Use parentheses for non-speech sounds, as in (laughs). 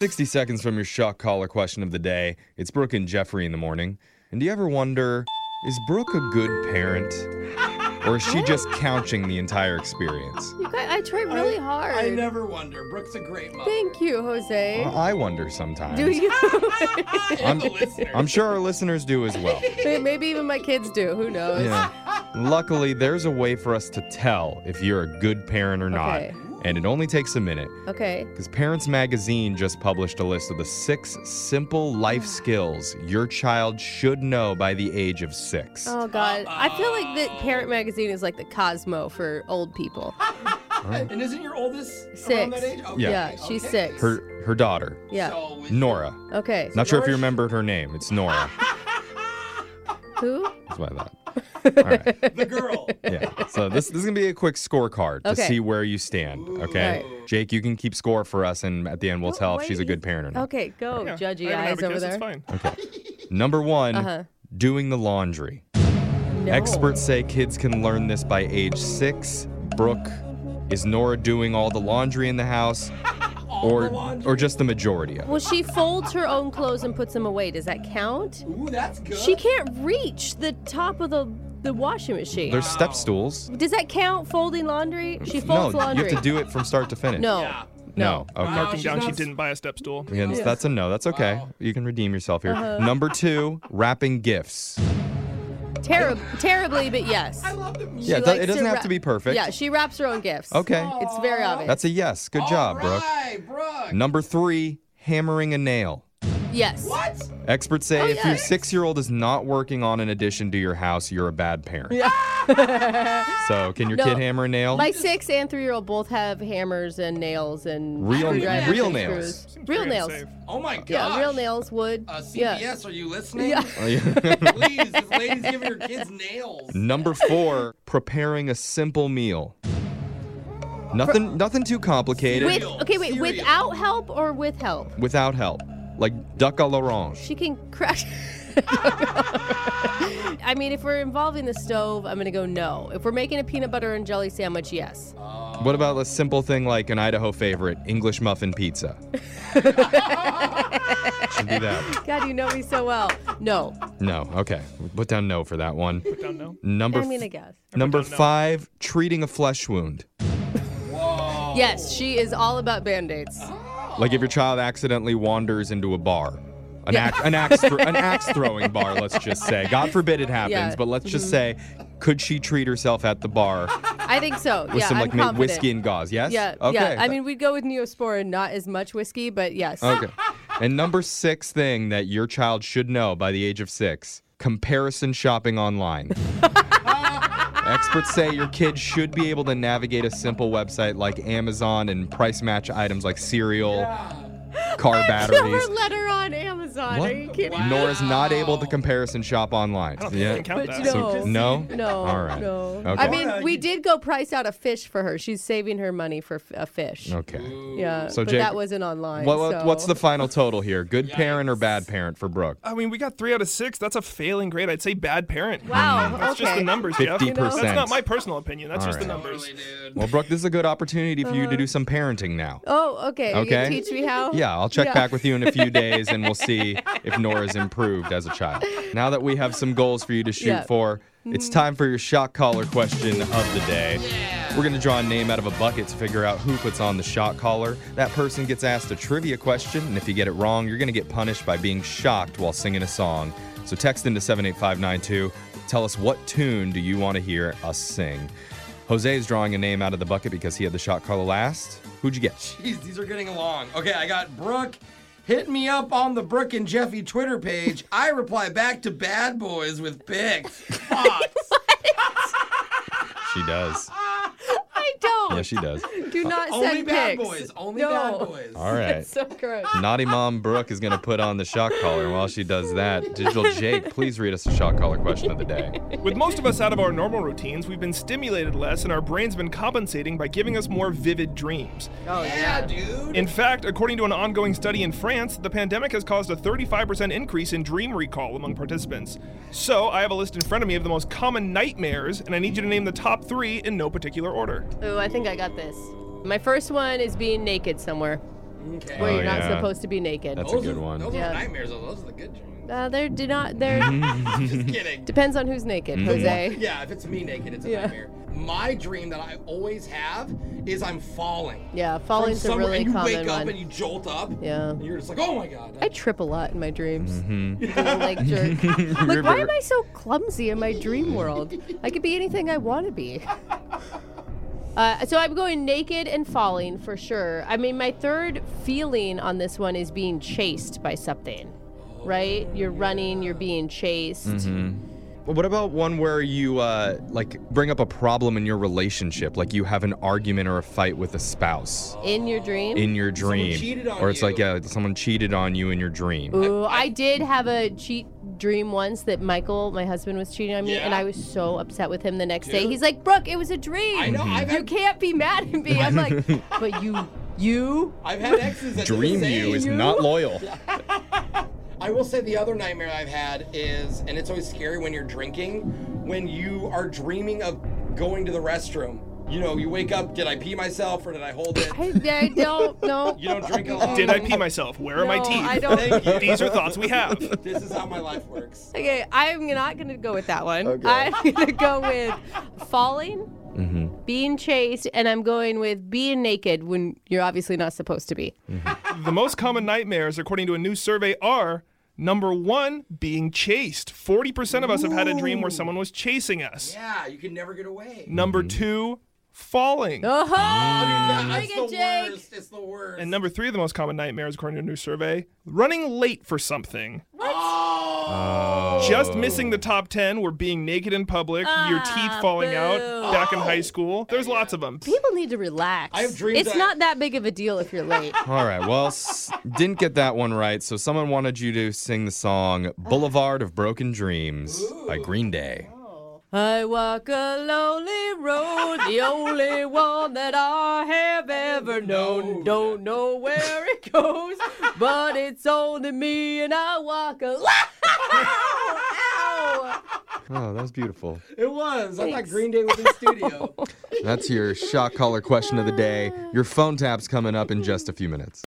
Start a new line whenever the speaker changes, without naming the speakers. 60 seconds from your shock collar question of the day. It's Brooke and Jeffrey in the morning. And do you ever wonder, is Brooke a good parent? Or is she just couching the entire experience?
You guys, I try really
I-
hard.
I never wonder. Brooke's a great mother. (laughs)
Thank you, Jose.
Well, I wonder sometimes.
do you? (laughs)
And
I'm-
the listener.
I'm sure our listeners do as well.
Maybe even my kids do. Who knows?
Yeah. Luckily, there's a way for us to tell if you're a good parent or not.
Okay.
And it only takes a minute
Okay.
because Parents Magazine just published a list of the six simple life skills your child should know by the age of six.
Oh God, I feel like that Parent Magazine is like the Cosmo for old people.
And isn't your oldest around
Six.
that age? Okay,
Yeah, she's
okay.
six.
Her, her daughter,
yeah.
So with-
Nora.
Okay.
Not sure if you
Nora-
remembered her name. It's Nora.
Who?
That's what I thought. All right.
the girl.
Yeah. So this, this is going to be a quick scorecard to
Okay.
see where you stand. Okay.
Ooh.
Jake, you can keep score for us, and at the end, we'll
Oh,
tell if
wait,
she's a good
he's-
parent or not.
Okay, go,
Yeah, I
judgy
don't have
eyes
a
over
kiss,
there.
It's fine.
Number one,
Uh-huh.
doing the laundry.
No.
Experts say kids can learn this by age six. Brooke, is Nora doing all the laundry in the
(laughs)
house, or
the laundry?
or just the majority of it?
Well, she folds her own clothes and puts them away. Does that count?
Ooh, that's good.
She can't reach the top of the the washing machine.
There's step stools.
Does that count? Folding laundry? She folds
no,
laundry.
you have to do it from start to finish.
no.
Yeah.
no, okay.
Wow.
Marking
she's
down
not
she
s-
didn't buy a step stool.
Yeah, that's- That's a no. That's okay.
Wow.
You can redeem yourself here.
Uh-huh.
Number two, wrapping gifts.
Terrib- terribly, but yes.
I love the music.
Yeah,
She
it, do-
likes
it doesn't
to
have
wrap-
to be perfect.
Yeah, she wraps her own gifts.
Okay.
It's very obvious.
That's a yes. Good job, Brooke.
Brooke.
Number three, hammering a nail.
yes.
What?
Experts say
Oh,
if
yeah.
your six year old is not working on an addition to your house, you're a bad parent. (laughs) so, can your
No.
kid hammer a nail?
My six and three year old both have hammers and nails and
Real-
screwdrivers
real
and
nails.
screws.
Seems
Real
very
nails.
unsafe.
Oh my gosh.
Yeah, real nails, wood.
Uh, CBS,
yeah.
are you listening?
Yeah.
Oh, yeah.
Please, this lady's giving her
(laughs)
kids
(laughs)
nails.
Number four, preparing a simple meal. Nothing, nothing too complicated.
With
Cereal,
okay, wait,
cereal.
without help or with help?
without help, like duck a l'orange.
She can crash. (laughs) I mean, if we're involving the stove, I'm gonna go no. If we're making a peanut butter and jelly sandwich, yes.
What about a simple thing like an Idaho favorite, English muffin
(laughs)
pizza? Should do that.
God, you know me so well. No,
No, okay. We'll Put down no for that one.
Don't know.
Number
I mean,
f-
I guess.
number
down no.
five, treating a flesh wound.
Whoa.
Yes, she is all about band aids.
Like if your child accidentally wanders into a bar, an ax an axe, thro- an axe throwing bar. Let's just say, God forbid it happens,
Yeah. Mm-hmm.
but let's just say, could she treat herself at the bar
I think so.
with
yeah,
some
I'm
like ma-
confident.
whiskey and gauze? Yes.
Yeah,
Okay.
yeah. I mean, we'd go with Neosporin, not as much whiskey, but yes. (laughs)
Okay. And number six thing that your child should know by the age of six comparison shopping
(laughs)
online. Experts say your kid should be able to navigate a simple website like Amazon and price match items like cereal, car
(laughs) Silver
batteries.
letter on Amazon. Are you kidding?
Wow.
me?
Nora's not able to comparison shop online.
I don't think we can count
But
that.
you
So-
know-
So, no?
No,
All right.
no.
Okay.
I mean,
Nora,
we
you-
did go price out a fish for her. She's saving her money for f- a fish.
Okay.
Yeah,
So,
but
Jake,
that wasn't online.
What, what-
so.
What's the final total here? Good parent or bad parent for Brooke?
I mean, we got three out of six. That's a failing grade. I'd say bad parent.
Wow,
That's just
okay.
the numbers, Jeff.
50%.
That's not my personal opinion. That's
All
just the
right.
numbers.
Well, Brooke, this is a good opportunity for you to do some parenting now.
Oh, okay. Are You gonna
Okay.
teach me how?
Yeah, I'll check
Yeah.
back with you in a few days and we'll see if Nora's improved as a child. Now that we have some goals for you to shoot
Yeah. Mm-hmm.
for, it's time for your shock collar question of the day. We're going to draw a name out of a bucket to figure out who puts on the shock collar. That person gets asked a trivia question, and if you get it wrong, you're going to get punished by being shocked while singing a song. So text into 78592. Tell us what tune do you want to hear us sing. Jose is drawing a name out of the bucket because he had the shock collar last. Who'd you get?
Jeez, these are getting along. Okay, I got Brooke. Hit me up on the Brooke and Jeffy Twitter page. I reply back to bad boys with pics. Fox.
(laughs)
She does.
(laughs) I don't.
Yeah, she does.
do not
Uh, Only
send
bad
pics.
boys. Only
no.
bad boys.
All
(laughs)
right.
So gross.
(laughs) Naughty Mom Brooke is going to put on the shock collar. And while she does that, Digital Jake, please read us the shock collar question of the day.
With most of us out of our normal routines, we've been stimulated less, and our brain's been compensating by giving us more vivid dreams.
Oh
Yeah, dude.
In fact, according to an ongoing study in France, the pandemic has caused a 35% increase in dream recall among participants. So, I have a list in front of me of the most common nightmares, and I need you to name the top three in no particular order.
Ooh, I think I got this. My first one is being naked somewhere.
Okay.
where
Oh,
you're not
yeah.
supposed to be naked.
That's a
those
good
are,
one.
Those
Yeah.
are nightmares. Though. Those are the
(laughs)
good dreams.
Uh, there do not. There
Mm-hmm.
Just
(laughs)
kidding.
depends on who's naked, Jose.
Yeah, if it's me naked, it's a
Yeah.
nightmare. My dream that I always have is I'm falling.
Yeah,
From
falling's a
somewhere,
really
and you
common
wake
one.
up and you jolt up.
Yeah.
And you're just like, oh my god.
I trip a lot in my dreams. Little leg
(laughs)
jerk. like, why
Mm-hmm. River.
am I so clumsy in my dream world? I could be anything I want to be. Uh, so I'm going naked and falling for sure. I mean, my third feeling on this one is being chased by something, right? You're running, you're being chased.
Mm-hmm. Well, Hmm? What about one where you uh, like bring up a problem in your relationship, like you have an argument or a fight with a spouse
In your dream?
in your dream,
cheated on
or it's like
you.
yeah, someone cheated on you in your dream.
Ooh, I, did have a cheat dream once that Michael, my husband, was cheating on me, and
Yeah.
I was so upset with him the next day.
Dude.
He's like, "Brooke, it was a dream.
I know, I've
you
had-
can't be mad at me." I'm
(laughs)
like, "But you, you."
I've had exes that did the
Dream
same.
you is
You?
not loyal.
I will say the other nightmare I've had is, and it's always scary when you're drinking, when you are dreaming of going to the restroom. You know, you wake up, did I pee myself or did I hold it?
I, I
(laughs)
don't know.
You don't drink alone.
Did I pee myself? Where are my
No,
teeth?
I don't-
Thank you.
These are thoughts we have.
This is how my life works.
Okay, I'm not gonna go with that one. I'm gonna go with falling,
Mm-hmm.
being chased, and I'm going with being naked when you're obviously not supposed to be.
Mm.
The most common nightmares, according to a new survey, are number one, being chased. 40% of us have had a dream where someone was chasing us.
Yeah, you can never get away.
Number two, falling.
Oh,
Mm, That's the
Friggin' Jake.
worst. It's the worst.
And number three of the most common nightmares, according to a new survey, running late for something.
oh!
Just missing the top 10 were being naked in public, your teeth falling
Ah, boo.
out back in high school. There's lots of them.
People need to relax.
I have dreams
It's
that-
not that big of a deal if you're late.
All right, well, s- didn't get that one right, so someone wanted you to sing the song "Boulevard of Broken Dreams" by Green Day.
(laughs) I walk a lonely road, the only one that I have ever known. Don't know where it goes, but it's only me, and I walk a. Ow!
Oh, that was beautiful.
It was. I thought Green Day was in studio.
That's your shock collar question of the day. Your phone tap's coming up in just a few minutes.